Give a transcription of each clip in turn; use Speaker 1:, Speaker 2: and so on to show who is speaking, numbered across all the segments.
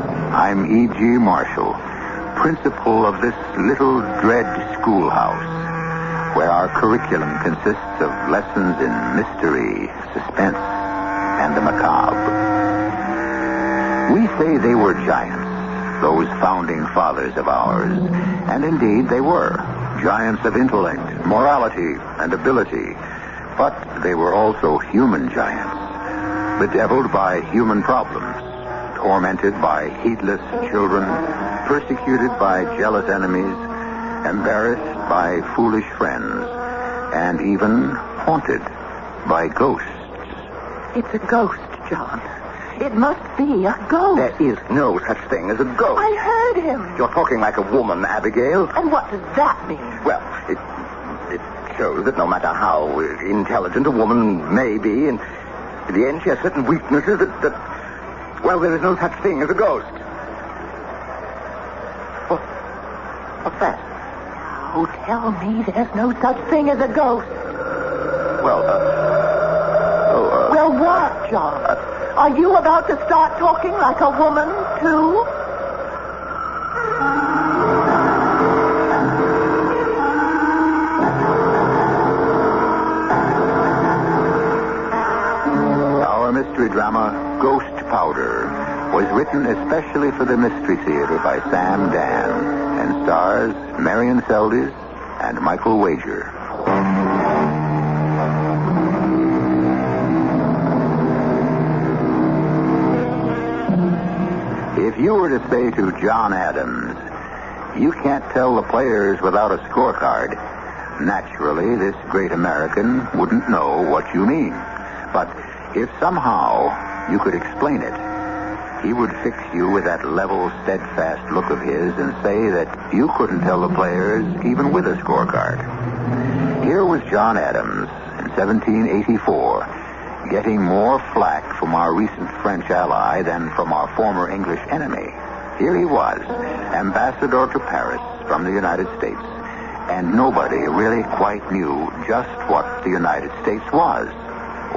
Speaker 1: I'm E.G. Marshall, principal of this little dread schoolhouse, where our curriculum consists of lessons in mystery, suspense, and the macabre. We say they were giants, those founding fathers of ours, and indeed they were giants of intellect, morality, and ability. But they were also human giants, bedeviled by human problems, tormented by heedless children, persecuted by jealous enemies, embarrassed by foolish friends, and even haunted by ghosts.
Speaker 2: It's a ghost, John. It must be a ghost.
Speaker 3: There is no such thing as a ghost.
Speaker 2: I heard him.
Speaker 3: You're talking like a woman, Abigail.
Speaker 2: And what does that mean?
Speaker 3: Well, it it shows that no matter how intelligent a woman may be, and in the end she has certain weaknesses that, that well, there is no such thing as a ghost. What? What's that?
Speaker 2: Oh, tell me there's no such thing as a ghost.
Speaker 3: Well, uh, oh, uh,
Speaker 2: well, what, John? Uh, are you about to start talking like a woman, too?
Speaker 1: Our mystery drama, Ghost Powder, was written especially for the Mystery Theater by Sam Dan and stars Marion Seldes and Michael Wager. If you were to say to John Adams, you can't tell the players without a scorecard, naturally this great American wouldn't know what you mean. But if somehow you could explain it, he would fix you with that level, steadfast look of his and say that you couldn't tell the players even with a scorecard. Here was John Adams in 1784 getting more flack from our recent French ally than from our former English enemy. Here he was, ambassador to Paris from the United States, and nobody really quite knew just what the United States was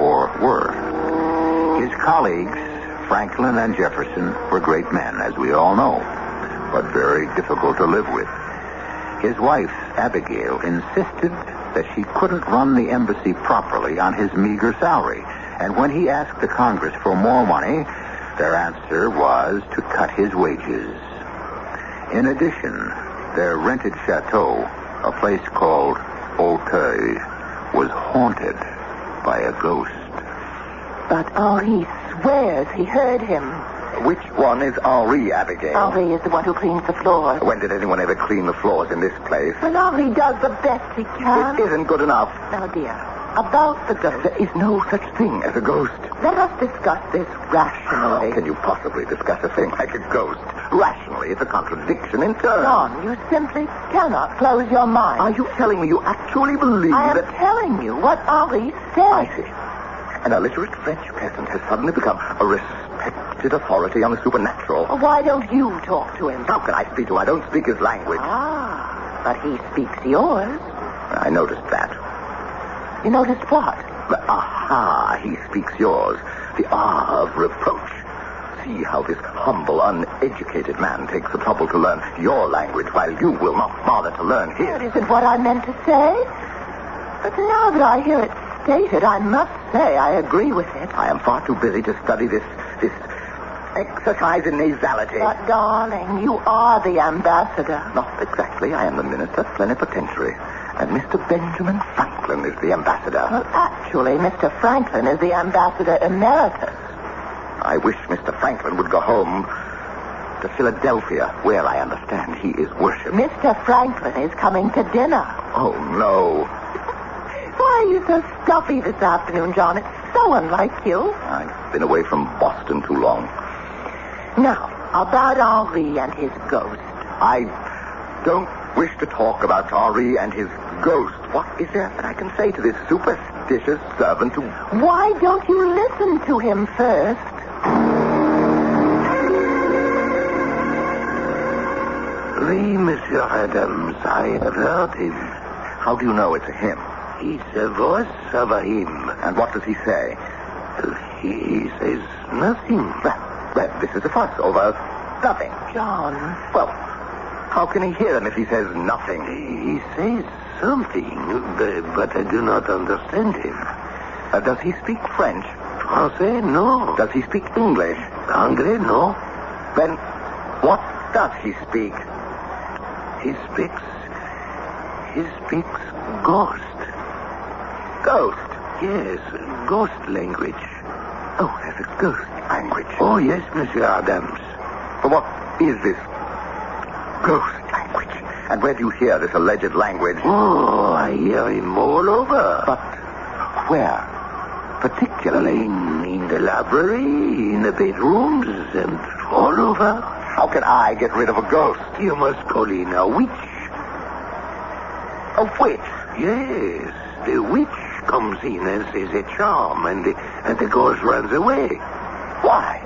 Speaker 1: or were. His colleagues, Franklin and Jefferson, were great men, as we all know, but very difficult to live with. His wife, Abigail, insisted that she couldn't run the embassy properly on his meager salary. And when he asked the Congress for more money, their answer was to cut his wages. In addition, their rented chateau, a place called Auteuil, was haunted by a ghost.
Speaker 2: But oh, he swears he heard him.
Speaker 3: Which one is Henri, Abigail?
Speaker 2: Henri is the one who cleans the floors.
Speaker 3: When did anyone ever clean the floors in this place?
Speaker 2: Well, Henri does the best he can.
Speaker 3: It isn't good enough.
Speaker 2: Now, dear, about the ghost.
Speaker 3: There is no such thing as a ghost.
Speaker 2: Let us discuss this rationally.
Speaker 3: How can you possibly discuss a thing like a ghost? Rationally, it's a contradiction in terms.
Speaker 2: John, you simply cannot close your mind.
Speaker 3: Are you telling me you actually believe
Speaker 2: I am
Speaker 3: that...
Speaker 2: telling you what Henri said.
Speaker 3: I see. An illiterate French peasant has suddenly become a respected authority on the supernatural.
Speaker 2: Why don't you talk to him?
Speaker 3: How can I speak to him? I don't speak his language.
Speaker 2: Ah, but he speaks yours.
Speaker 3: I noticed that.
Speaker 2: You noticed what?
Speaker 3: The aha, he speaks yours. The ah of reproach. See how this humble, uneducated man takes the trouble to learn your language while you will not bother to learn his.
Speaker 2: That isn't what I meant to say. But now that I hear it stated, I must say I agree with it.
Speaker 3: I am far too busy to study this, this exercise in nasality.
Speaker 2: But, darling, you are the ambassador.
Speaker 3: Not exactly. I am the minister plenipotentiary. And Mr. Benjamin Franklin is the ambassador.
Speaker 2: Well, actually, Mr. Franklin is the ambassador emeritus.
Speaker 3: I wish Mr. Franklin would go home to Philadelphia, where I understand he is worshipped.
Speaker 2: Mr. Franklin is coming to dinner.
Speaker 3: Oh, no.
Speaker 2: Why are you so stuffy this afternoon, John? It's so unlike you.
Speaker 3: I've been away from Boston too long.
Speaker 2: Now, about Henri and his ghost.
Speaker 3: I don't wish to talk about Henri and his ghost. What is there that I can say to this superstitious servant who...
Speaker 2: Why don't you listen to him first?
Speaker 4: Oui, Monsieur Adams, I have heard him.
Speaker 3: How do you know it's a him?
Speaker 4: It's a voice of a him.
Speaker 3: And what does he say?
Speaker 4: He says nothing.
Speaker 3: Well, this is a fuss over
Speaker 1: Nothing.
Speaker 2: John,
Speaker 1: Well, how can he hear him if he says nothing?
Speaker 4: He says something, but but I do not understand him.
Speaker 1: Uh, does he speak French?
Speaker 4: Francais, no.
Speaker 1: Does he speak English?
Speaker 4: Anglais, no.
Speaker 1: Then what does he speak?
Speaker 4: He speaks. He speaks ghost.
Speaker 1: Ghost.
Speaker 4: Yes, ghost language.
Speaker 1: Oh, there's a ghost language.
Speaker 4: Oh, yes, Monsieur Adams.
Speaker 1: But what is this ghost language? And where do you hear this alleged language?
Speaker 4: Oh, I hear him all over.
Speaker 1: But where? Particularly.
Speaker 4: In, in the library, in the bedrooms, and all over.
Speaker 1: How can I get rid of a ghost?
Speaker 4: You must call in a witch.
Speaker 1: A witch?
Speaker 4: Yes, the witch comes in and says a charm, and the, and the ghost runs away.
Speaker 1: Why?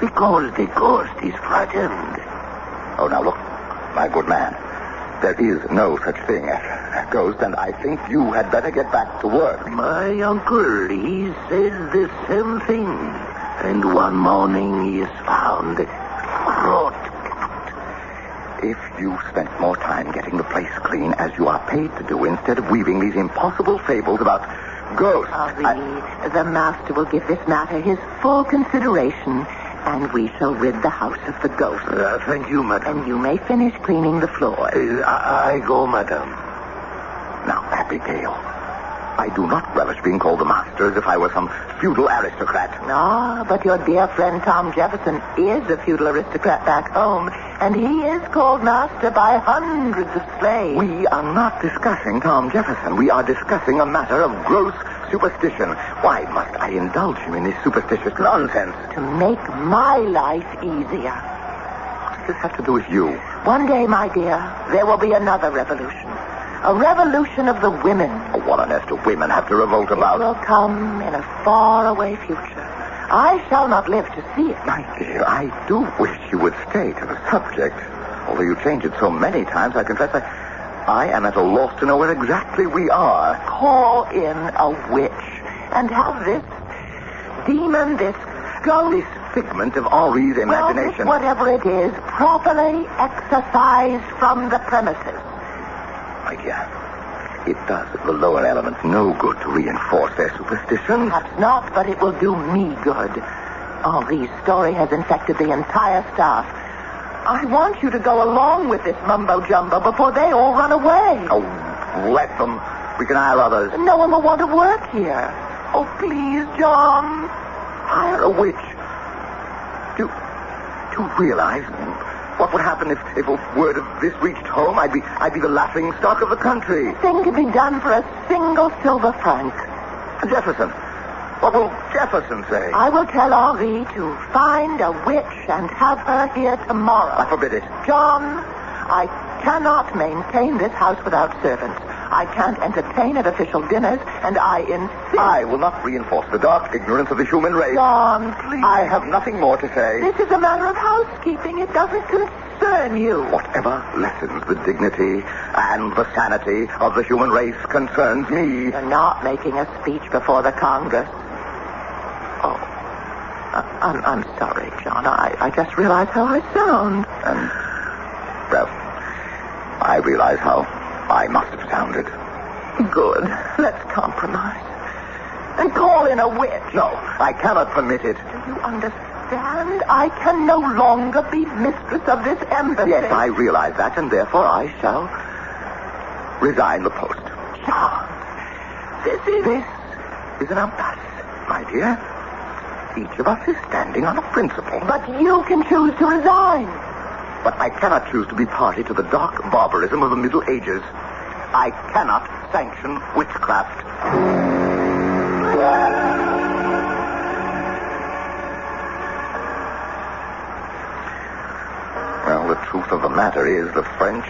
Speaker 4: Because the ghost is frightened.
Speaker 1: Oh, now look, my good man. There is no such thing as a ghost, and I think you had better get back to work.
Speaker 4: My uncle, he says the same thing. And one morning he is found rot.
Speaker 1: If you spent more time getting the place clean as you are paid to do instead of weaving these impossible fables about ghosts.
Speaker 2: Harvey,
Speaker 1: I-
Speaker 2: the master will give this matter his full consideration, and we shall rid the house of the ghost.
Speaker 4: Uh, thank you, madam.
Speaker 2: And you may finish cleaning the floors.
Speaker 4: Uh, I, I go, madam.
Speaker 1: Now, Abigail, I do not relish being called the master as if I were some feudal aristocrat.
Speaker 2: Ah, but your dear friend Tom Jefferson is a feudal aristocrat back home, and he is called master by hundreds of slaves.
Speaker 1: We are not discussing Tom Jefferson. We are discussing a matter of gross superstition. Why must I indulge him in this superstitious nonsense?
Speaker 2: to make my life easier.
Speaker 1: What does this have to do with you?
Speaker 2: One day, my dear, there will be another revolution. A revolution of the women.
Speaker 1: Oh, What on earth do women have to revolt
Speaker 2: It
Speaker 1: about?
Speaker 2: will come in a faraway future. I shall not live to see it.
Speaker 1: My dear, I do wish you would stay to the subject. Although you change it so many times, I confess I, I am at a loss to know where exactly we are.
Speaker 2: Call in a witch and have this demon, this ghost,
Speaker 1: Figment of Henri's
Speaker 2: well,
Speaker 1: imagination.
Speaker 2: whatever it is, properly exorcised from the premises.
Speaker 1: My dear, it does the lower elements no good to reinforce their superstitions.
Speaker 2: Perhaps not, but it will do me good. Henri's story has infected the entire staff. I want you to go along with this mumbo jumbo before they all run away.
Speaker 1: Oh, let them. We can hire others.
Speaker 2: No one will want to work here. Oh, please, John.
Speaker 1: Hire a witch. Do, do you realize what would happen if, if a word of this reached home? I'd be, I'd be the laughing stock of the country.
Speaker 2: Thing to be done for a single silver franc.
Speaker 1: Jefferson. What will Jefferson say?
Speaker 2: I will tell Henri to find a witch and have her here
Speaker 1: I
Speaker 2: tomorrow.
Speaker 1: forbid it.
Speaker 2: John, I cannot maintain this house without servants. I can't entertain at official dinners, and I insist.
Speaker 1: I will not reinforce the dark ignorance of the human race.
Speaker 2: John, please.
Speaker 1: I have nothing more to say.
Speaker 2: This is a matter of housekeeping. It doesn't concern you.
Speaker 1: Whatever lessens the dignity and the sanity of the human race concerns me.
Speaker 2: You're not making a speech before the Congress. Oh, I- I'm, I'm sorry, John. I, I just realized how I sound.
Speaker 1: And, Um, well, I realize how I must have sounded.
Speaker 2: Good. Let's compromise. And call in a witch.
Speaker 1: No, I cannot permit it.
Speaker 2: Do you understand? I can no longer be mistress of this embassy.
Speaker 1: Yes, I realize that, and therefore I shall resign the post.
Speaker 2: John, this is...
Speaker 1: Ah, This is an impasse, my dear. Each of us is standing on a principle.
Speaker 2: But you can choose to resign.
Speaker 1: But I cannot choose to be party to the dark barbarism of the Middle Ages. I cannot sanction witchcraft. Well, the truth of the matter is the French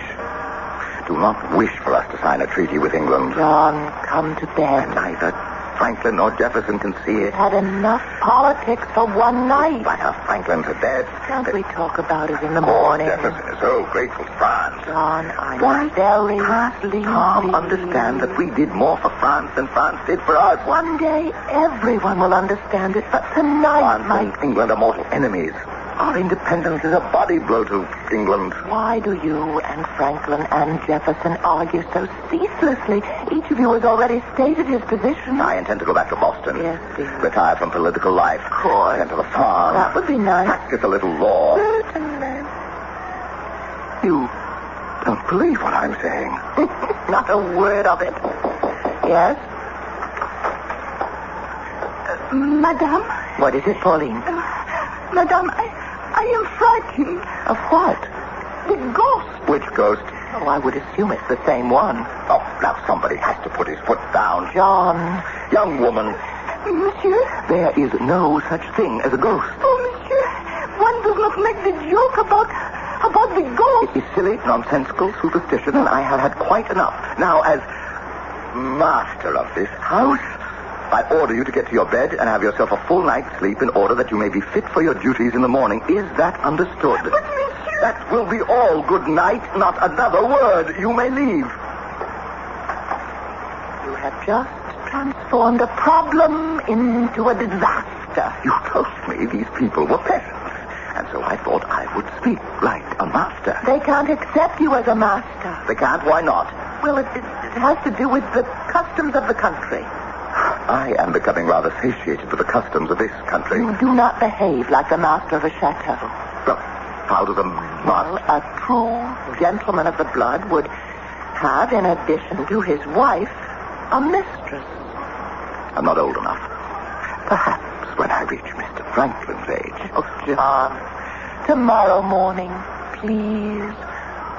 Speaker 1: do not wish for us to sign a treaty with England.
Speaker 2: John, come to bed.
Speaker 1: Neither Franklin nor Jefferson can see it.
Speaker 2: Had enough politics for one night.
Speaker 1: Butter Franklin to death.
Speaker 2: Can't we talk about it in the
Speaker 1: Poor
Speaker 2: morning?
Speaker 1: Jefferson is Oh, so grateful to France.
Speaker 2: John, I'm
Speaker 1: Why
Speaker 2: very
Speaker 1: can't
Speaker 2: sleepy.
Speaker 1: Tom understand that we did more for France than France did for us?
Speaker 2: One day everyone will understand it, but tonight,
Speaker 1: France
Speaker 2: my
Speaker 1: and England are mortal enemies. Our independence is a body blow to England.
Speaker 2: Why do you and Franklin and Jefferson argue so ceaselessly? Each of you has already stated his position.
Speaker 1: I intend to go back to Boston.
Speaker 2: Yes, dear.
Speaker 1: Retire from political life. Of
Speaker 2: course.
Speaker 1: Send to the farm.
Speaker 2: That would be nice.
Speaker 1: Practice a little law.
Speaker 2: Certainly.
Speaker 1: You don't believe what I'm saying.
Speaker 2: Not a word of it. Yes?
Speaker 5: Uh, Madame, uh,
Speaker 2: What is it, Pauline?
Speaker 5: Madame, I, I am frightened.
Speaker 2: Of what?
Speaker 5: The ghost.
Speaker 1: Which ghost?
Speaker 2: Oh, I would assume it's the same one.
Speaker 1: Oh, now somebody has to put his foot down.
Speaker 2: John,
Speaker 1: Young woman,
Speaker 5: Monsieur,
Speaker 1: there is no such thing as a ghost.
Speaker 5: oh, monsieur, one does not make the joke about, about the ghost.
Speaker 1: It is silly, nonsensical superstition, and I have had quite enough. Now, as master of this house, I order you to get to your bed and have yourself a full night's sleep in order that you may be fit for your duties in the morning. Is that understood?
Speaker 5: But, monsieur-
Speaker 1: That will be all. Good night. Not another word. You may leave.
Speaker 2: you have just transformed a problem into a disaster.
Speaker 1: You told me these people were peasants, and so I thought I would speak like a master.
Speaker 2: They can't accept you as a master.
Speaker 1: They can't. Why not?
Speaker 2: Well, it, it, it has to do with the customs of the country.
Speaker 1: I am becoming rather satiated with the customs of this country.
Speaker 2: You do not behave like the master of a chateau.
Speaker 1: Well, how does a
Speaker 2: Well,
Speaker 1: master...
Speaker 2: a true gentleman of the blood would have, in addition to his wife, a mistress.
Speaker 1: I'm not old enough. Perhaps when I reach Mr. Franklin's age.
Speaker 2: Oh, John, tomorrow morning, please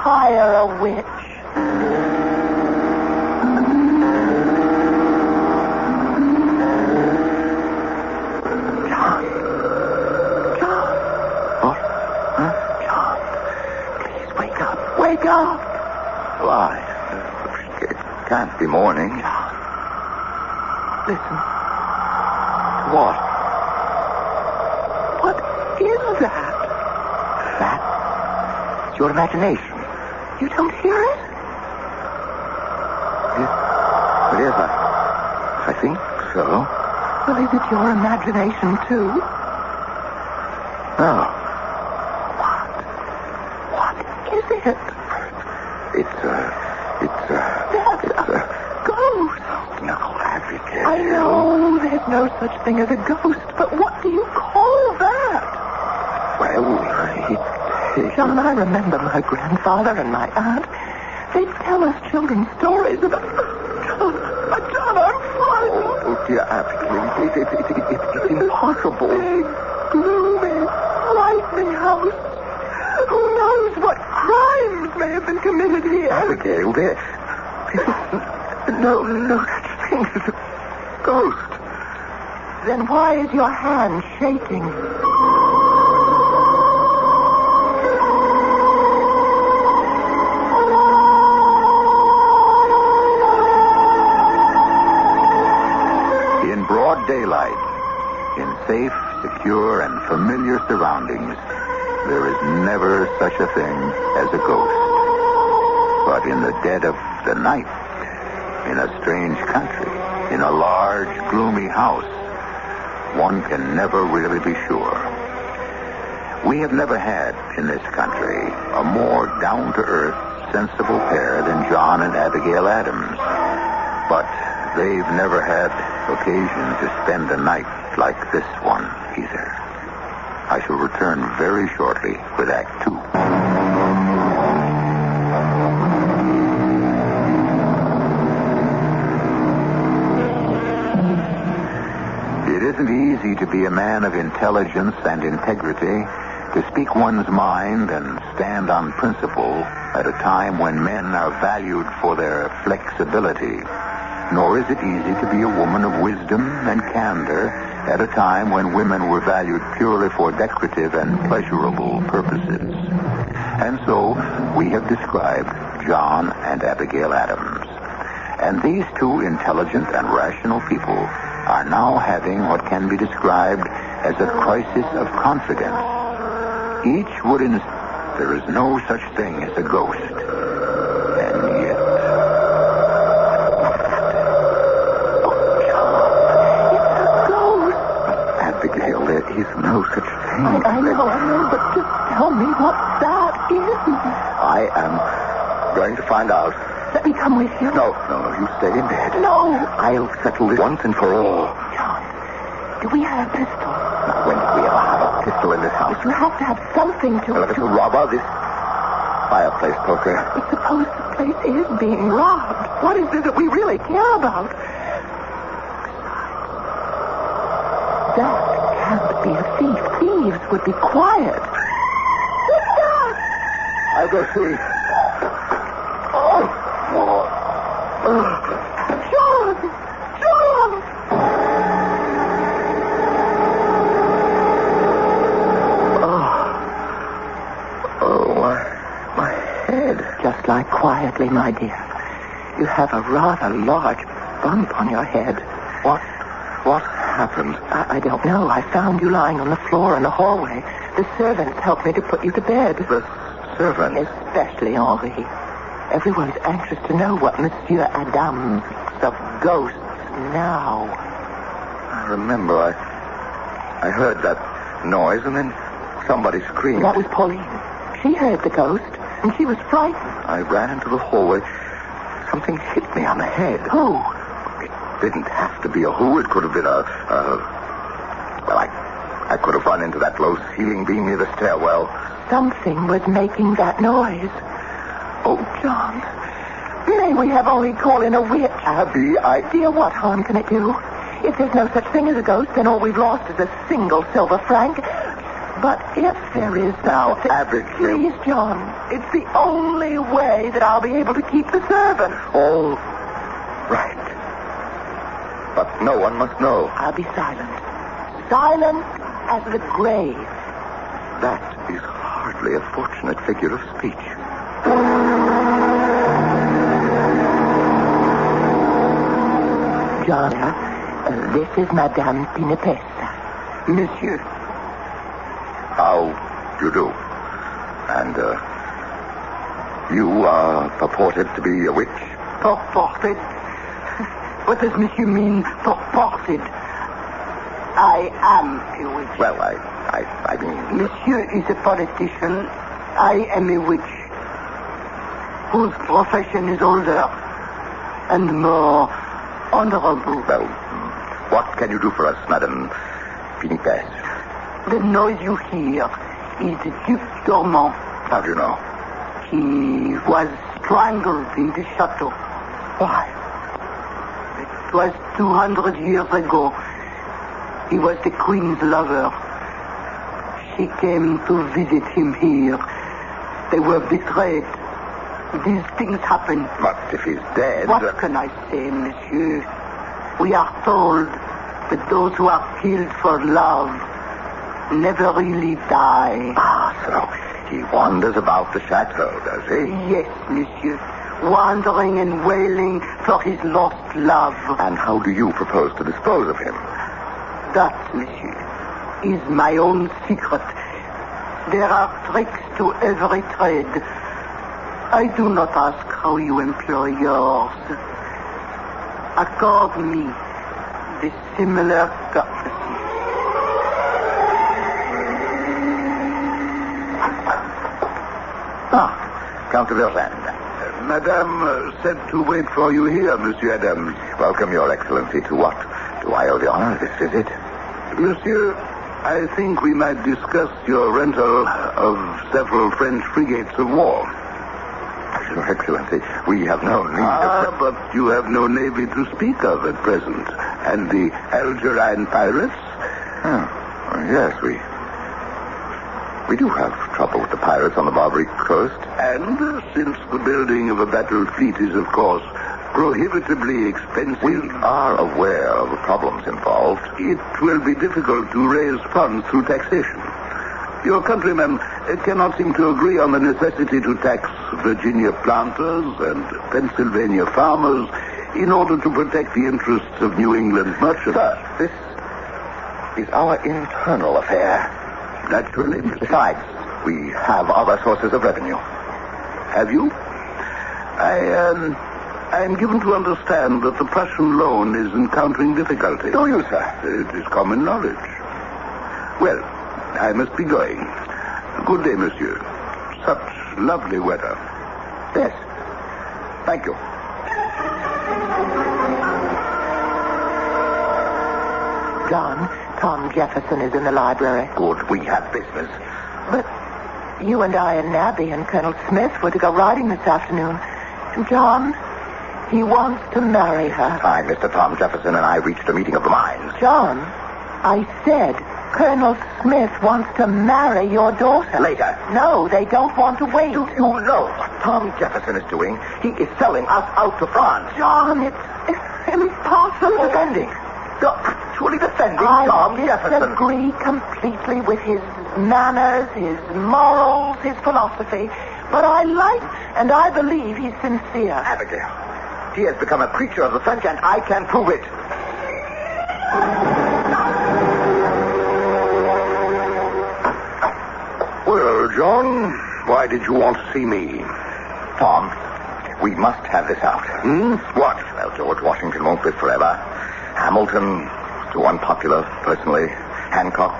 Speaker 2: hire a witch.
Speaker 1: What? Huh? John, please wake up. Wake up! Why? It can't be morning. John, listen. What? What is that? That? It's your imagination. You don't hear it? It, it is. I, I think so.
Speaker 2: Well, is it your imagination, too?
Speaker 1: No.
Speaker 2: What is it?
Speaker 1: It's a. It's uh, a.
Speaker 2: That's
Speaker 1: It's a.
Speaker 2: a ghost.
Speaker 1: Now, Abigail.
Speaker 2: I know there's no such thing as a ghost, but what do you call that?
Speaker 1: Well, I- it-
Speaker 2: John, I remember my grandfather and my aunt. They'd tell us children stories about... John, John, I'm frightened.
Speaker 1: Oh, dear Abigail, it, it, it, it, it's impossible.
Speaker 2: Big, gloomy, frightening house. Who knows what crimes may have been committed here?
Speaker 1: Abigail, there. No, no such thing as a ghost.
Speaker 2: Then why is your hand shaking?
Speaker 6: In broad daylight, in safe, secure, and familiar surroundings, there is never such a thing as a ghost. But in the dead of the night, in a strange country, in a large, gloomy house, one can never really be sure. We have never had in this country a more down-to-earth, sensible pair than John and Abigail Adams. But they've never had occasion to spend a night like this one either. I shall return very shortly with Act Two. It isn't easy to be a man of intelligence and integrity, to speak one's mind and stand on principle at a time when men are valued for their flexibility. Nor is it easy to be a woman of wisdom and candor at a time when women were valued purely for decorative and pleasurable purposes. And so we have described John and Abigail Adams. And these two intelligent and rational people are now having what can be described as a crisis of confidence. Each would insist there is no such thing as a ghost. And yet,
Speaker 2: It's a ghost.
Speaker 1: Hmm. Abigail, there is no such thing.
Speaker 2: I, Oh, I know, I know, but just tell me what that is.
Speaker 1: I am going to find out.
Speaker 2: Let me come with you.
Speaker 1: No, no, no, you stay in bed.
Speaker 2: No.
Speaker 1: I'll settle this once and for all.
Speaker 2: John, do we have a pistol?
Speaker 1: When did we ever have a pistol in this house?
Speaker 2: You have to have something to...
Speaker 1: Well, if it's a robber, this fireplace poker.
Speaker 2: But suppose the place is being robbed. What is it that we really care about? Besides, that can't be a thief. Thieves would be quiet. Oh,
Speaker 1: I'll go see. Oh,
Speaker 2: John! John!
Speaker 1: oh, my, my head.
Speaker 2: Just lie quietly, my dear. You have a rather large bump on your head.
Speaker 1: What, what happened?
Speaker 2: I, I don't know. I found you lying on the floor in the hallway. The servants helped me to put you to bed.
Speaker 1: The servant.
Speaker 2: Especially Henri. Everyone's anxious to know what Monsieur Adam, the ghost, now.
Speaker 1: I remember. I, I heard that noise, and then somebody screamed.
Speaker 2: That was Pauline. She heard the ghost, and she was frightened.
Speaker 1: I ran into the hallway. Something hit me on the head.
Speaker 2: Who?
Speaker 1: It didn't have to be a who. It could have been a. a well, I, I could have run into that low ceiling beam near the stairwell.
Speaker 2: Something was making that noise. Oh, John, may we have only call in a witch?
Speaker 1: Abby, I.
Speaker 2: Dear, what harm can it do? If there's no such thing as a ghost, then all we've lost is a single silver franc. But if there is
Speaker 1: Now,
Speaker 2: something-
Speaker 1: Abigail.
Speaker 2: Please, John, it's the only way that I'll be able to keep the servant.
Speaker 1: All right. But no one must know.
Speaker 2: I'll be silent. Silent as the grave.
Speaker 1: That is hardly a fortunate figure of speech.
Speaker 2: John, uh, this is Madame Pinapesta. Monsieur.
Speaker 1: How you do? And, uh, you are purported to be a witch?
Speaker 2: Purported? What does monsieur mean, purported? I am a witch.
Speaker 1: Well, I, I, I mean,
Speaker 2: Monsieur is a politician. I am a witch whose profession is older and more honorable.
Speaker 1: well, what can you do for us, Madame Pinipes?
Speaker 2: The noise you hear is the Duc Dormant.
Speaker 1: How do you know?
Speaker 2: He was strangled in the chateau. Why? It was 200 years ago. He was the queen's lover. She came to visit him here. They were betrayed. These things happen.
Speaker 1: But if he's dead...
Speaker 2: What can I say, monsieur? We are told that those who are killed for love never really die.
Speaker 1: Ah, so he wanders about the chateau, does he?
Speaker 2: Yes, monsieur. Wandering and wailing for his lost love.
Speaker 1: And how do you propose to dispose of him?
Speaker 2: That, monsieur, is my own secret. There are tricks to every trade. I do not ask how you employ yours. Accord me this similar courtesy.
Speaker 1: Ah, Count de Verlaine. Madame uh, said to wait for you here, Monsieur Adams. Welcome, Your Excellency, to what? Do I owe the honor of this visit? Monsieur, I think we might discuss your rental of several French frigates of war. Your Excellency, we have no need of...
Speaker 4: Ah, but you have no navy to speak of at present. And the Algerine pirates?
Speaker 1: Oh, yes, we... We do have trouble with the pirates on the Barbary coast.
Speaker 4: And uh, since the building of a battle fleet is, of course, prohibitively expensive,
Speaker 1: We are aware of the problems involved.
Speaker 4: it will be difficult to raise funds through taxation. Your countrymen uh, cannot seem to agree on the necessity to tax Virginia planters and Pennsylvania farmers in order to protect the interests of New England merchants.
Speaker 1: Sir, this is our internal affair.
Speaker 4: Naturally, Mr.
Speaker 1: Besides, we have other sources of revenue.
Speaker 4: Have you? I, um, I am given to understand that the Prussian loan is encountering difficulty.
Speaker 1: Do you, sir?
Speaker 4: It is common knowledge. Well, I must be going. Good day, monsieur. Such lovely weather.
Speaker 1: Yes. Thank you.
Speaker 2: John, Tom Jefferson is in the library.
Speaker 1: Good. We have business.
Speaker 2: But you and I and Nabby and Colonel Smith were to go riding this afternoon. And John, he wants to marry her.
Speaker 1: I, Mr. Tom Jefferson, and I reached a meeting of the minds.
Speaker 2: John, I said Colonel Smith wants to marry your daughter.
Speaker 1: Later.
Speaker 2: No, they don't want to wait.
Speaker 1: Do you know what Tom Jefferson is doing? He is selling us out to France.
Speaker 2: John, it's, it's impossible.
Speaker 1: Defending. You're actually defending Tom Jefferson.
Speaker 2: disagree completely with his manners, his morals, his philosophy. But I like and I believe he's sincere.
Speaker 1: Abigail, he has become a creature of the French, and I can prove it.
Speaker 4: Well, John, why did you want to see me?
Speaker 1: Tom, we must have this out.
Speaker 4: Hmm?
Speaker 1: What? Well, George Washington won't live forever. Hamilton, too unpopular, personally. Hancock,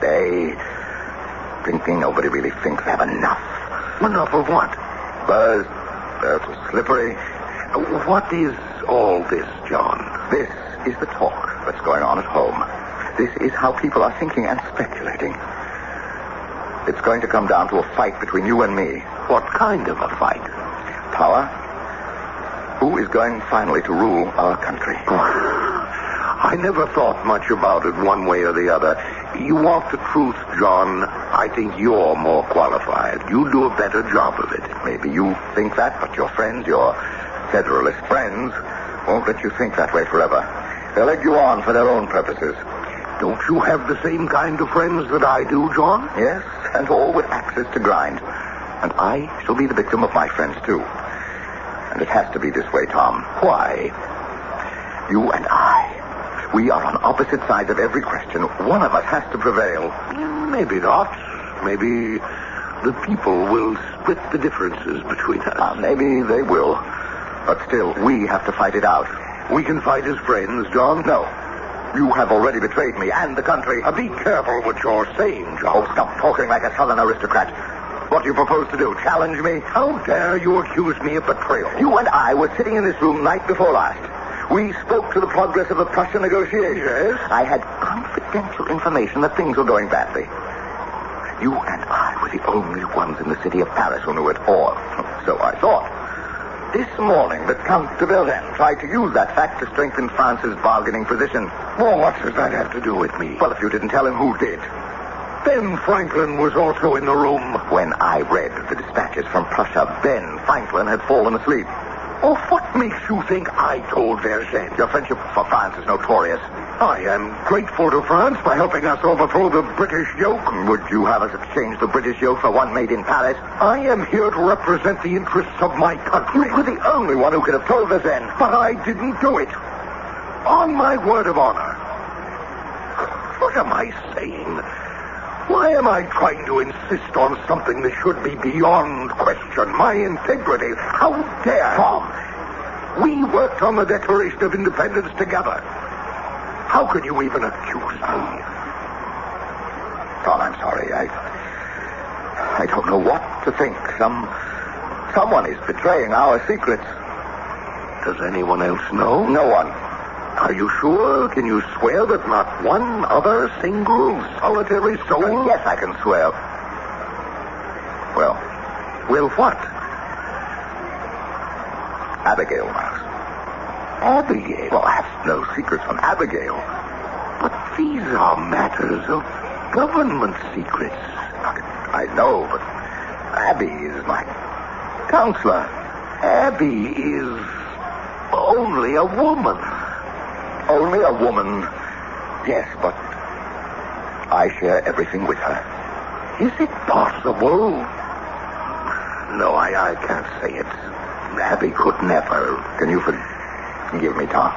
Speaker 1: they, thinking nobody really thinks they have enough.
Speaker 4: Enough of what?
Speaker 1: Buzz, birds are slippery.
Speaker 4: What is all this, John?
Speaker 1: This is the talk that's going on at home. This is how people are thinking and speculating. It's going to come down to a fight between you and me.
Speaker 4: What kind of a fight?
Speaker 1: Power? Who is going finally to rule our country?
Speaker 4: I never thought much about it one way or the other. You want the truth, John. I think you're more qualified. You do a better job of it.
Speaker 1: Maybe you think that, but your friends, your federalist friends, won't let you think that way forever. They'll egg you on for their own purposes.
Speaker 4: Don't you have the same kind of friends that I do, John?
Speaker 1: Yes, and all with axes to grind. And I shall be the victim of my friends, too. And it has to be this way, Tom. Why? You and I. We are on opposite sides of every question. One of us has to prevail.
Speaker 4: Maybe not. Maybe the people will split the differences between
Speaker 1: Uh,
Speaker 4: us.
Speaker 1: maybe they will. But still, we have to fight it out.
Speaker 4: We can fight as friends, John.
Speaker 1: No. You have already betrayed me and the country.
Speaker 4: Uh, be careful what you're saying,
Speaker 1: Oh,
Speaker 4: John.
Speaker 1: stop talking like a southern aristocrat. What do you propose to do? Challenge me?
Speaker 4: How dare you accuse me of betrayal?
Speaker 1: You and I were sitting in this room night before last. We spoke to the progress of the Prussian negotiations.
Speaker 4: Yes?
Speaker 1: I had confidential information that things were going badly. You and I were the only ones in the city of Paris who knew it, or so I thought. This morning, the Count de Verden tried to use that fact to strengthen France's bargaining position.
Speaker 4: Well, what does that have to do with me?
Speaker 1: Well, if you didn't tell him who did.
Speaker 4: Ben Franklin was also in the room.
Speaker 1: When I read the dispatches from Prussia, Ben Franklin had fallen asleep.
Speaker 4: Oh, what makes you think I told Versailles?
Speaker 1: Your friendship for France is notorious.
Speaker 4: I am grateful to France for helping us overthrow the British yoke.
Speaker 1: Would you have us exchange the British yoke for one made in Paris?
Speaker 4: I am here to represent the interests of my country.
Speaker 1: You were the only one who could have told us then.
Speaker 4: But I didn't do it. On my word of honor. What am I saying? Why am I trying to insist on something that should be beyond question? My integrity. How dare. Tom, we worked on the Declaration of Independence together. How can you even accuse me?
Speaker 1: Tom, I'm sorry. I, I don't know what to think. Some, someone is betraying our secrets.
Speaker 4: Does anyone else know?
Speaker 1: No one.
Speaker 4: Are you sure? Can you swear that not one other single solitary soul?
Speaker 1: yes, I can swear. Well,
Speaker 4: Will what?
Speaker 1: Abigail Mouse. Abigail? Well, that's no secret from Abigail.
Speaker 4: But these are matters of government secrets.
Speaker 1: I know, but Abby is my
Speaker 4: Counselor, Abby is only a woman.
Speaker 1: Only a woman. Yes, but I share everything with her.
Speaker 4: Is it possible? No, I, I can't say it. Abby could never.
Speaker 1: Can you forgive me, Tom?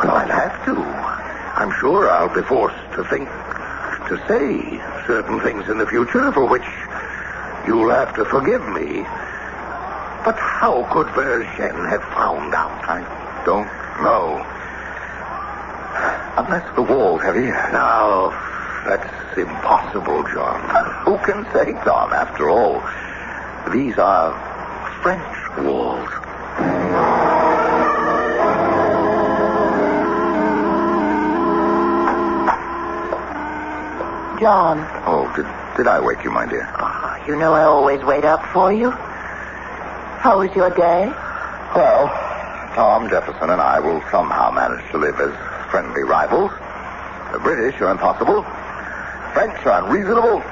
Speaker 4: Well, I'll have to. I'm sure I'll be forced to think, to say certain things in the future for which you'll have to forgive me. But how could Vergen have found out?
Speaker 1: I don't know. Unless the walls have ears.
Speaker 4: Now,
Speaker 1: That's impossible, John. Who can say John, after all? These are French walls.
Speaker 2: John,
Speaker 1: Oh, did, did I wake you, my dear?
Speaker 2: oh, you know I always wait up for you. How was your day?
Speaker 1: Well, Tom Jefferson and I will somehow manage to live as friendly rivals. The British are impossible. French are unreasonable.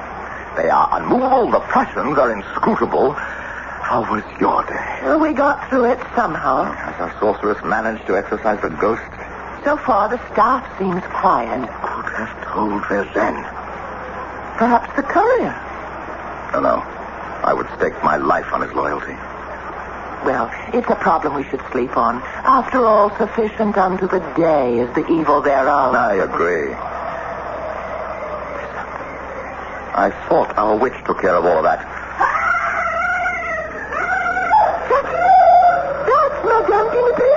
Speaker 1: They are unmovable. The Prussians are inscrutable. How was your day?
Speaker 2: Well, we got through it somehow.
Speaker 1: Has our sorceress managed to exorcise the ghost?
Speaker 2: So far, the staff seems quiet.
Speaker 1: Could have told Verlaine.
Speaker 2: Perhaps the courier.
Speaker 1: No, no. I would stake my life on his loyalty.
Speaker 2: Well, it's a problem we should sleep on. After all, sufficient unto the day is the evil thereof.
Speaker 1: I agree. I thought our witch took care of all of that.
Speaker 2: That's Madame Dimitri.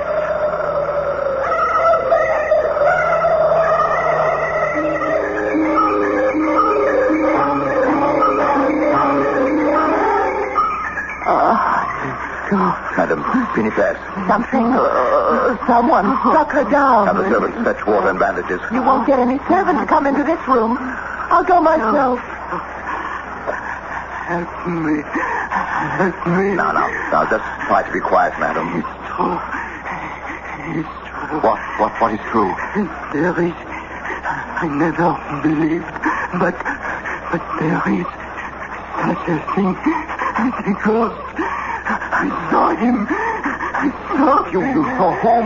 Speaker 1: Madam, Pinifex,
Speaker 2: Something, uh, someone struck her down.
Speaker 1: have the servants fetch water and bandages.
Speaker 2: You won't get any servant to come into this room. I'll go myself.
Speaker 4: Help me. Help me.
Speaker 1: Now, now, now, just try to be quiet, madam.
Speaker 4: It's true.
Speaker 1: What, what, what is true?
Speaker 4: There is. I never believed, but but there is such a thing as a ghost. I saw him. I saw you. You saw him.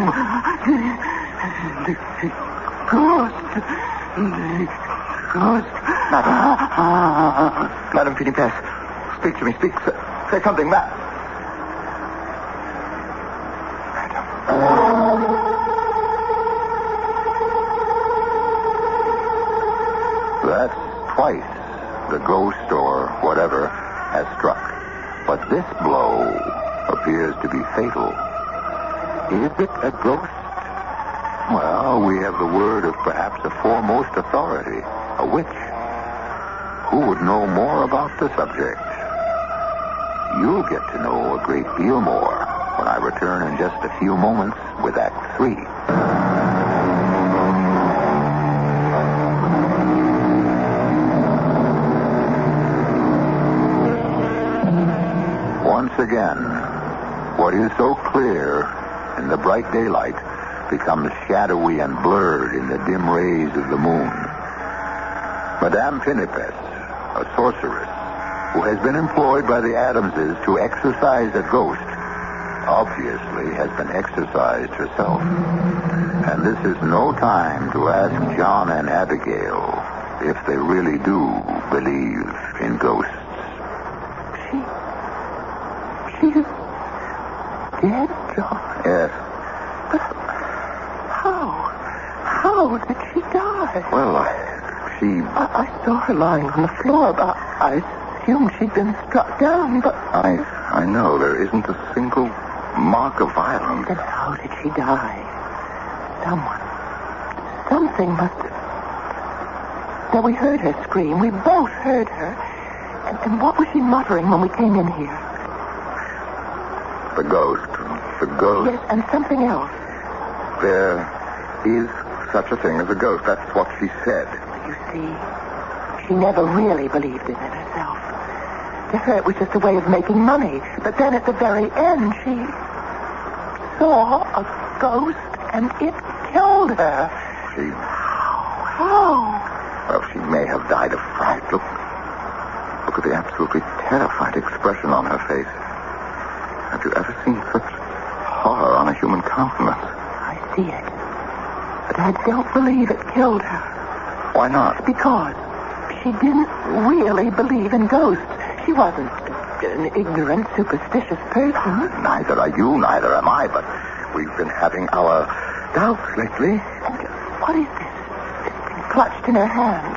Speaker 4: The, the ghost. The ghost.
Speaker 1: Madam. Madam Pinifex, speak to me, speak, say, say something, ma-
Speaker 6: That's twice the ghost or whatever has struck. But this blow appears to be fatal. Is it a ghost? Well, we have the word of perhaps a foremost authority, a witch. Who would know more about the subject? You'll get to know a great deal more when I return in just a few moments with Act Three. Once again, what is so clear in the bright daylight becomes shadowy and blurred in the dim rays of the moon. Madame Pinipes, a sorceress who has been employed by the Adamses to exorcise a ghost, obviously has been exorcised herself. And this is no time to ask John and Abigail if they really do believe in ghosts.
Speaker 2: She's dead, John.
Speaker 6: Yes.
Speaker 2: How? How did she die?
Speaker 6: Well, I- she
Speaker 2: I, I saw her lying on the floor, but I assumed she'd been struck down, but...
Speaker 1: I, I know there isn't a single mark of violence.
Speaker 2: Then how did she die? Someone. Something must have. Now, we heard her scream. We both heard her. And, and what was she muttering when we came in here?
Speaker 1: The ghost, the ghost.
Speaker 2: Yes, and something else.
Speaker 1: There is such a thing as a ghost. That's what she said.
Speaker 2: You see, she never really believed in it herself. To her, it was just a way of making money. But then at the very end, she saw a ghost, and it killed her. Oh,
Speaker 1: She,
Speaker 2: How?
Speaker 1: well, she may have died of fright. Look, look at the absolutely terrified expression on her face. Have you ever seen such horror on a human countenance?
Speaker 2: I see it. But I don't believe it killed her.
Speaker 1: Why not?
Speaker 2: Because she didn't really believe in ghosts. She wasn't an ignorant, superstitious person.
Speaker 1: Neither are you, neither am I, but we've been having our doubts lately.
Speaker 2: And what is this? It's been clutched in her hand.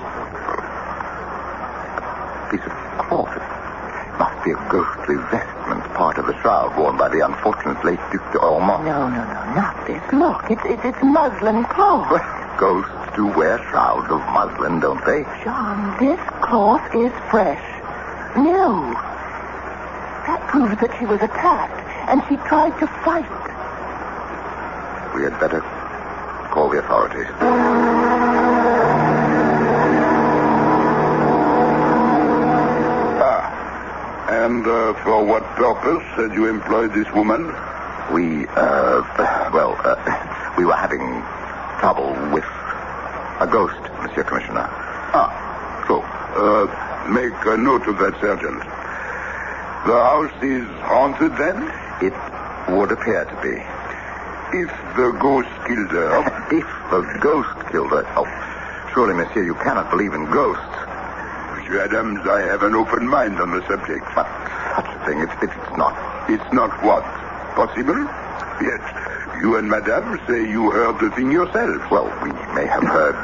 Speaker 1: piece of cloth. It must be a ghostly vestment, part of the shroud worn by the unfortunate late Duc de Ormond.
Speaker 2: No, no, no, not this. Look, it's, it's, it's muslin cloth.
Speaker 1: Well, ghosts do wear shrouds of muslin, don't they?
Speaker 2: John, this cloth is fresh. New. That proves that she was attacked and she tried to fight.
Speaker 1: We had better call the authorities.
Speaker 7: Ah. And uh, for what purpose had you employed this woman?
Speaker 1: We, uh, well, uh, we were having trouble with a ghost, Monsieur Commissioner.
Speaker 7: Ah, so, uh, make a note of that, Sergeant. The house is haunted then?
Speaker 1: It would appear to be.
Speaker 7: If the ghost killed her.
Speaker 1: If the ghost killed her. Oh, surely, Monsieur, you cannot believe in ghosts.
Speaker 7: Monsieur Adams, I have an open mind on the subject.
Speaker 1: But such a thing, it's, it's not.
Speaker 7: It's not what? Possible? Yes. You and Madame say you heard the thing yourself.
Speaker 1: Well, we may have heard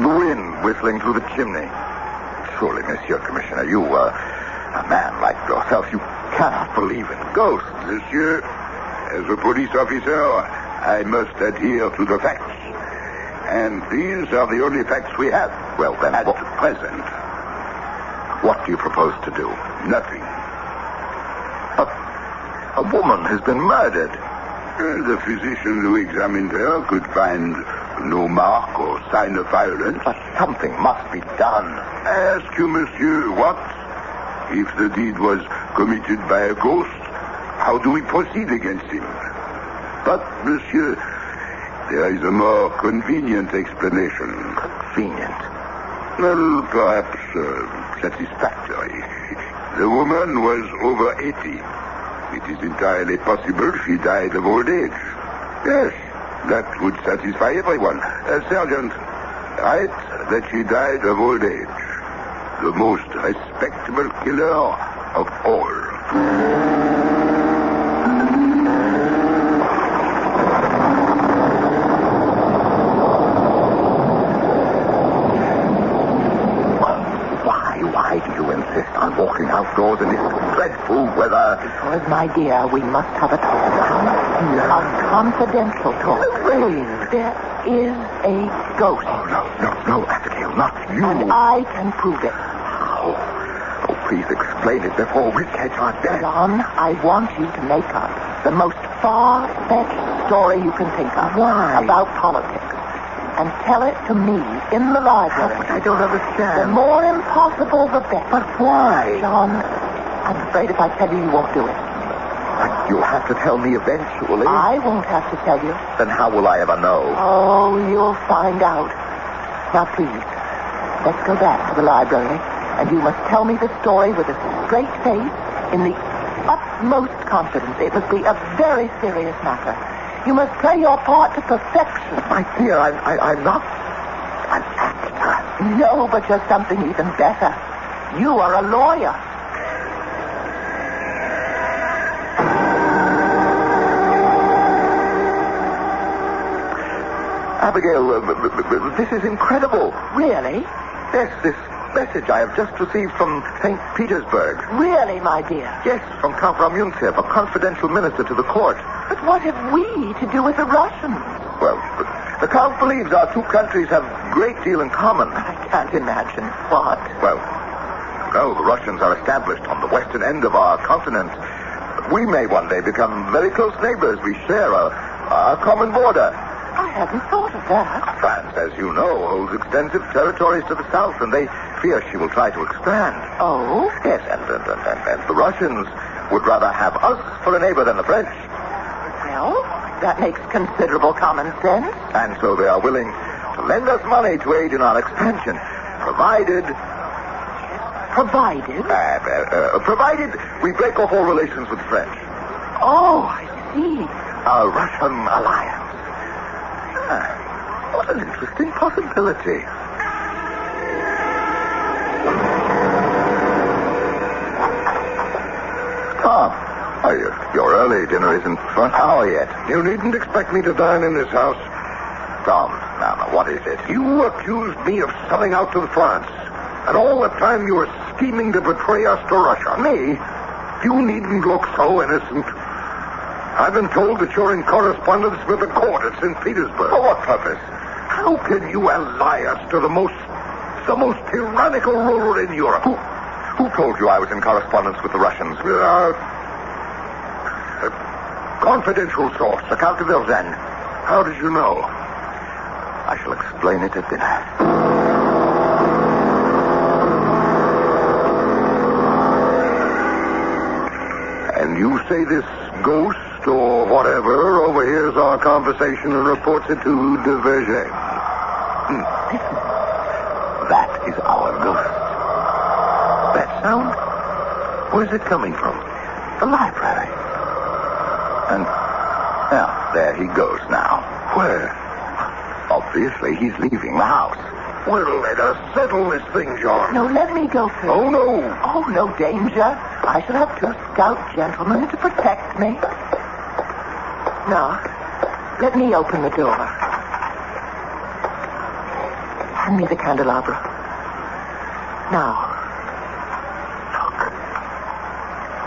Speaker 1: the wind whistling through the chimney. Surely, Monsieur Commissioner, you, uh, a man like yourself, you cannot believe in ghosts.
Speaker 7: Monsieur, as a police officer, I must adhere to the facts. And these are the only facts we have.
Speaker 1: Well, then,
Speaker 7: at
Speaker 1: what-
Speaker 7: present,
Speaker 1: What do you propose to do?
Speaker 7: nothing.
Speaker 1: A woman has been murdered.
Speaker 7: Uh, The physician who examined her could find no mark or sign of violence.
Speaker 1: But something must be done.
Speaker 7: I ask you, monsieur, what? If the deed was committed by a ghost, how do we proceed against him? But, monsieur, there is a more convenient explanation.
Speaker 1: Convenient.
Speaker 7: Well, perhaps uh, satisfactory. The woman was over 80. It is entirely possible she died of old age. Yes, that would satisfy everyone. Uh, Sergeant, write that she died of old age. The most respectable killer of all.
Speaker 1: Why, why do you insist on walking outdoors in this dreadful weather?
Speaker 2: Because, my dear, we must have a talk. A confidential talk. Please, there is a ghost.
Speaker 1: No, no, no, Abigail, not you.
Speaker 2: And I can prove it.
Speaker 1: Oh, oh, please explain it before we catch our death.
Speaker 2: John, I want you to make up the most far-fetched story you can think of.
Speaker 1: Why?
Speaker 2: About politics. And tell it to me in the library.
Speaker 1: But I don't
Speaker 2: The
Speaker 1: understand.
Speaker 2: more impossible, the better. But why? John, I'm afraid if I tell you, you won't do it.
Speaker 1: But you'll have to tell me eventually.
Speaker 2: I won't have to tell you.
Speaker 1: Then how will I ever know?
Speaker 2: Oh, you'll find out. Now, please, let's go back to the library, and you must tell me the story with a straight face, in the utmost confidence. It must be a very serious matter. You must play your part to perfection.
Speaker 1: My dear, I'm, I, I'm not an actor.
Speaker 2: No, but you're something even better. You are a lawyer.
Speaker 1: Abigail, uh, b- b- b- this is incredible.
Speaker 2: Really?
Speaker 1: Yes, this message I have just received from St. Petersburg.
Speaker 2: Really, my dear.
Speaker 1: Yes, from Count Ramuntsev, a confidential minister to the court.
Speaker 2: But what have we to do with the Russians?
Speaker 1: Well, the, the Count believes our two countries have a great deal in common.
Speaker 2: I can't imagine what.
Speaker 1: Well, no, the Russians are established on the western end of our continent. We may one day become very close neighbors. We share a, a common border.
Speaker 2: I hadn't thought of that.
Speaker 1: France, as you know, holds extensive territories to the south, and they fear she will try to expand.
Speaker 2: Oh?
Speaker 1: Yes, and, and, and, and, and the Russians would rather have us for a neighbor than the French.
Speaker 2: Well, that makes considerable common sense.
Speaker 1: And so they are willing to lend us money to aid in our expansion, provided,
Speaker 2: Provided.
Speaker 1: uh, uh, uh, provided we break off all relations with the French.
Speaker 2: Oh, I see.
Speaker 1: A Russian alliance. Ah, what an interesting possibility. Ah, oh, your, your early dinner isn't for an hour yet.
Speaker 7: Oh, You needn't expect me to dine in this house.
Speaker 1: Tom, now, now, what is it?
Speaker 7: You accused me of selling out to France. And all the time you were scheming to betray us to Russia. Me? You needn't look so innocent. I've been told that you're in correspondence with the court at St. Petersburg.
Speaker 1: For Oh, what purpose?
Speaker 8: How can you ally us to the most, the most tyrannical ruler in Europe?
Speaker 1: Who, who told you I was in correspondence with the Russians?
Speaker 8: Uh, a confidential source.
Speaker 1: The Count de Vilzen.
Speaker 8: How did you know?
Speaker 1: I shall explain it at dinner.
Speaker 8: And you say this ghost or whatever overhears our conversation and reports it to de Verger. Hmm.
Speaker 1: Listen. That is our ghost. That sound? Where's it coming from? The library. And well, there he goes now.
Speaker 8: Where?
Speaker 1: Obviously, he's leaving the house.
Speaker 8: Well, let us settle this thing, John.
Speaker 2: No, let me go first.
Speaker 8: Oh, no.
Speaker 2: Oh, no danger. I shall have two stout gentlemen to protect me. Now, let me open the door. Hand me the candelabra. Now, look.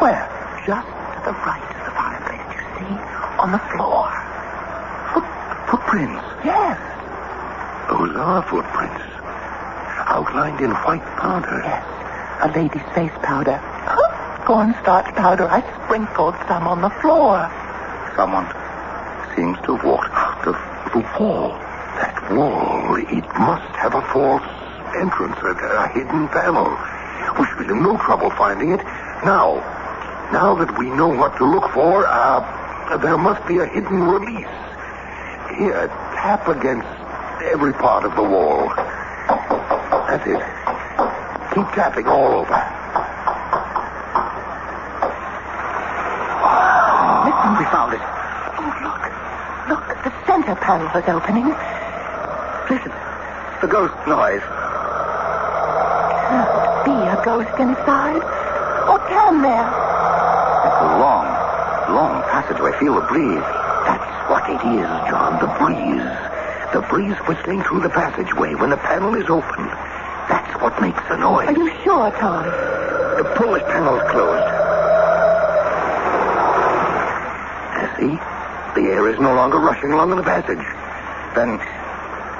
Speaker 2: Where? Just to the right of the fireplace, you see? On the floor.
Speaker 1: Foot, footprints.
Speaker 2: Yes,
Speaker 1: Those are footprints. Outlined in white powder.
Speaker 2: yes. A lady's face powder. Cornstarch powder. I sprinkled some on the floor.
Speaker 1: Someone seems to have walked out of the wall. That wall, it must have a false entrance, a, a hidden panel. We should be in no trouble finding it. Now, now that we know what to look for, uh, there must be a hidden release. Here, tap against every part of the wall. That's it. Keep tapping all over.
Speaker 2: Listen, we found it. Oh, look. Look, the center panel is opening. Listen,
Speaker 1: The ghost noise.
Speaker 2: can't be a ghost inside. Or can there?
Speaker 1: It's a long, long passageway. Feel the breeze. That's what it is, John. The breeze. The breeze whistling through the passageway when the panel is open. That's what makes the
Speaker 2: Are
Speaker 1: noise.
Speaker 2: you sure, Tom?
Speaker 1: The pull this panel's closed. See? The air is no longer rushing along in the passage. Then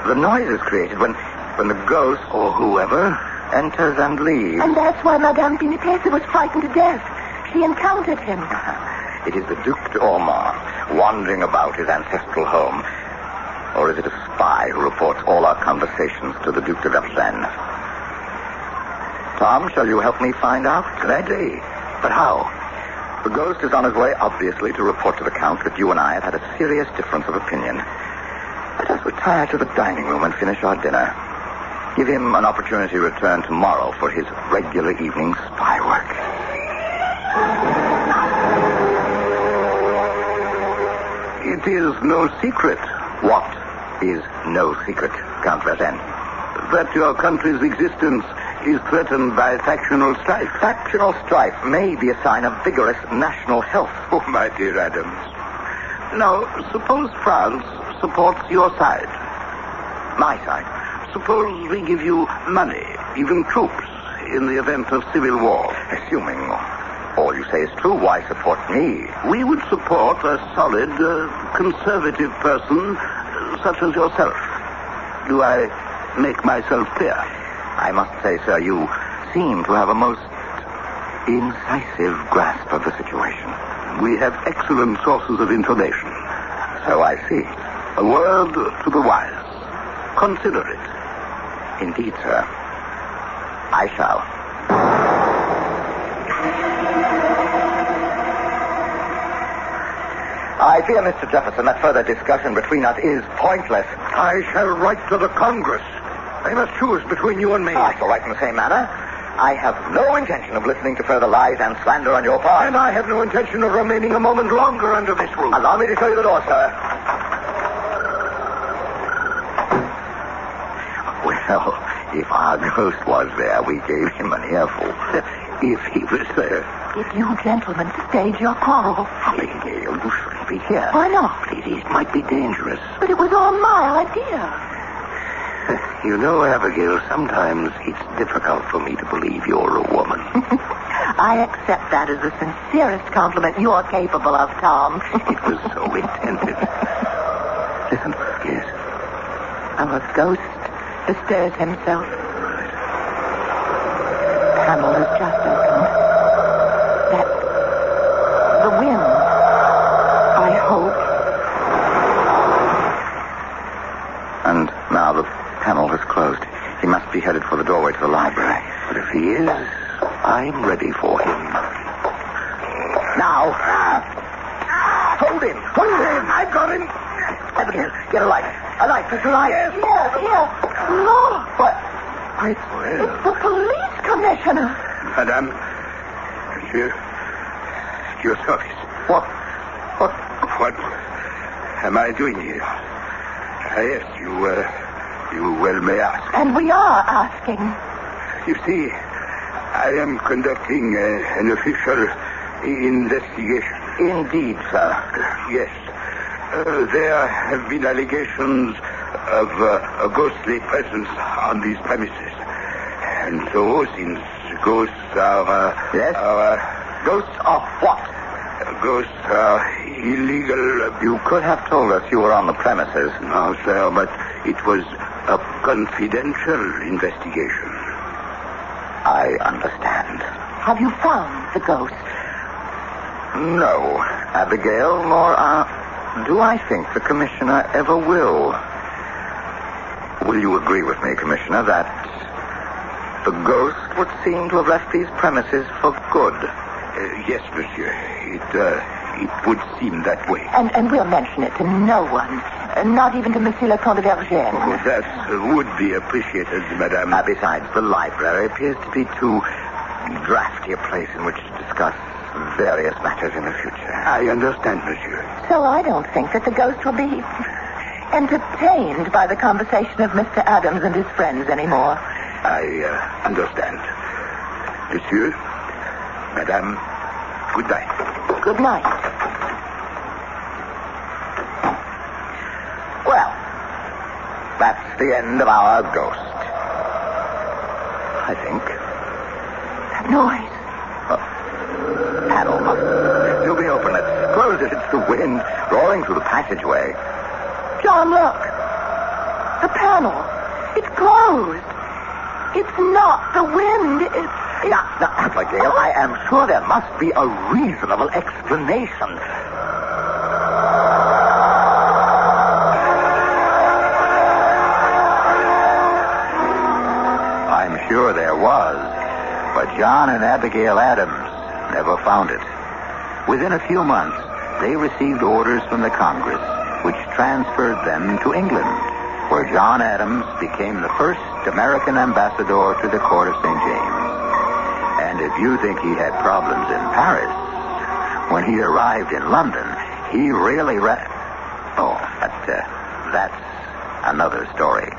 Speaker 1: the noise is created when when the ghost or whoever enters and leaves.
Speaker 2: And that's why Madame Pinipesa was frightened to death. She encountered him.
Speaker 1: It is the Duc d'Ormond wandering about his ancestral home. Or is it a spy who reports all our conversations to the Duc de Vergennes? Tom, shall you help me find out? Gladly. But how? The ghost is on his way, obviously, to report to the Count that you and I have had a serious difference of opinion. Let us retire to the dining room and finish our dinner. Give him an opportunity to return tomorrow for his regular evening spy work. It is no secret. What is no secret, Count Verlaine?
Speaker 8: That your country's existence is threatened by factional strife.
Speaker 1: Factional strife may be a sign of vigorous national health.
Speaker 8: Oh, my dear Adams. Now, suppose France supports your side.
Speaker 1: My side.
Speaker 8: Suppose we give you money, even troops, in the event of civil war.
Speaker 1: Assuming all you say is true, why support me?
Speaker 8: We would support a solid, uh, conservative person uh, such as yourself. Do I make myself clear?
Speaker 1: I must say, sir, you seem to have a most incisive grasp of the situation.
Speaker 8: We have excellent sources of information.
Speaker 1: So I see.
Speaker 8: A word to the wise. Consider it.
Speaker 1: Indeed, sir. I shall. I fear, Mr. Jefferson, that further discussion between us is pointless.
Speaker 8: I shall write to the Congress. They must choose between you and me.
Speaker 1: I shall write in the same manner. I have no intention of listening to further lies and slander on your part.
Speaker 8: And I have no intention of remaining a moment longer under this roof.
Speaker 1: Allow me to show you the door, sir. Well, if our ghost was there, we gave him an earful. if he was there.
Speaker 2: If you gentlemen stage your quarrel.
Speaker 1: Abigail, you shouldn't be here.
Speaker 2: Why not?
Speaker 1: Please, it might be dangerous.
Speaker 2: But it was all my idea.
Speaker 1: You know, Abigail, sometimes it's difficult for me to believe you're a woman.
Speaker 2: I accept that as the sincerest compliment you're capable of, Tom.
Speaker 1: it was so intended. Listen, yes.
Speaker 2: of a ghost bestirs himself. Pamela's just opened. That the wind. I hope.
Speaker 9: And now the panel has closed. He must be headed for the doorway to the library.
Speaker 10: But if he is, I'm ready for him.
Speaker 9: Now. Hold him! Hold him! I've got him! Abigail, get a light. A light, there's a light.
Speaker 2: Yes, yes, yes. Lord!
Speaker 9: What?
Speaker 2: I, well. It's the police commissioner.
Speaker 10: Madame, you, your service.
Speaker 9: What? What?
Speaker 10: What am I doing here? Yes, you, uh, you well may ask.
Speaker 2: And we are asking.
Speaker 10: You see, I am conducting uh, an official investigation.
Speaker 9: Indeed, sir.
Speaker 10: Yes. Uh, there have been allegations of uh, a ghostly presence on these premises. And so, since ghosts are. Uh,
Speaker 9: yes?
Speaker 10: Are,
Speaker 9: ghosts are what?
Speaker 10: Ghosts are uh, illegal.
Speaker 9: You could have told us you were on the premises.
Speaker 10: No, sir, but it was a confidential investigation.
Speaker 9: I understand.
Speaker 2: Have you found the ghost?
Speaker 9: No, Abigail, nor uh, do I think the Commissioner ever will. Will you agree with me, Commissioner, that the ghost would seem to have left these premises for good?
Speaker 10: Uh, yes, monsieur. It, uh, it would seem that way.
Speaker 2: And, and we'll mention it to no one, not even to Monsieur le Comte de Vergennes.
Speaker 10: Oh, that would be appreciated, madame.
Speaker 9: Uh, besides, the library appears to be too drafty a place in which to discuss various matters in the future.
Speaker 10: I understand, monsieur.
Speaker 2: So I don't think that the ghost will be entertained by the conversation of Mr. Adams and his friends anymore.
Speaker 10: I uh, understand. Monsieur, madame, good night.
Speaker 2: Good night.
Speaker 9: Well, that's the end of our ghost. I think.
Speaker 2: That noise.
Speaker 9: Uh, paddle must still be open. It closed it. It's the wind roaring through the passageway.
Speaker 2: John, look. The panel. It's closed. It's not the wind. It's. it's...
Speaker 9: Now, now, Abigail, I am sure there must be a reasonable explanation.
Speaker 1: I'm sure there was. But John and Abigail Adams never found it. Within a few months, they received orders from the Congress, which transferred them to England, where John Adams became the first American ambassador to the court of St. James. And if you think he had problems in Paris, when he arrived in London, he really ra- Oh, but uh, that's another story.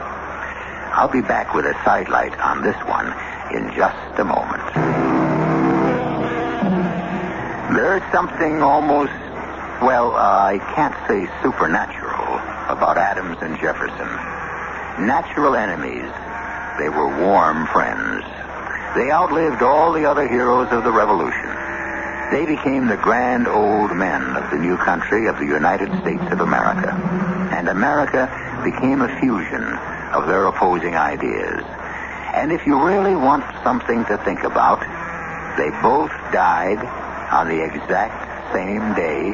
Speaker 1: I'll be back with a sidelight on this one in just a moment. There's something almost, well, uh, I can't say supernatural about Adams and Jefferson. Natural enemies, they were warm friends. They outlived all the other heroes of the Revolution. They became the grand old men of the new country of the United States of America. And America became a fusion of their opposing ideas. And if you really want something to think about, they both died on the exact same day,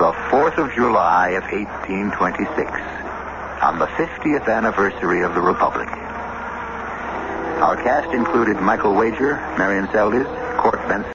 Speaker 1: the 4th of July of 1826, on the 50th anniversary of the Republic. Our cast included Michael Wager, Marion Seldes, Court Benson.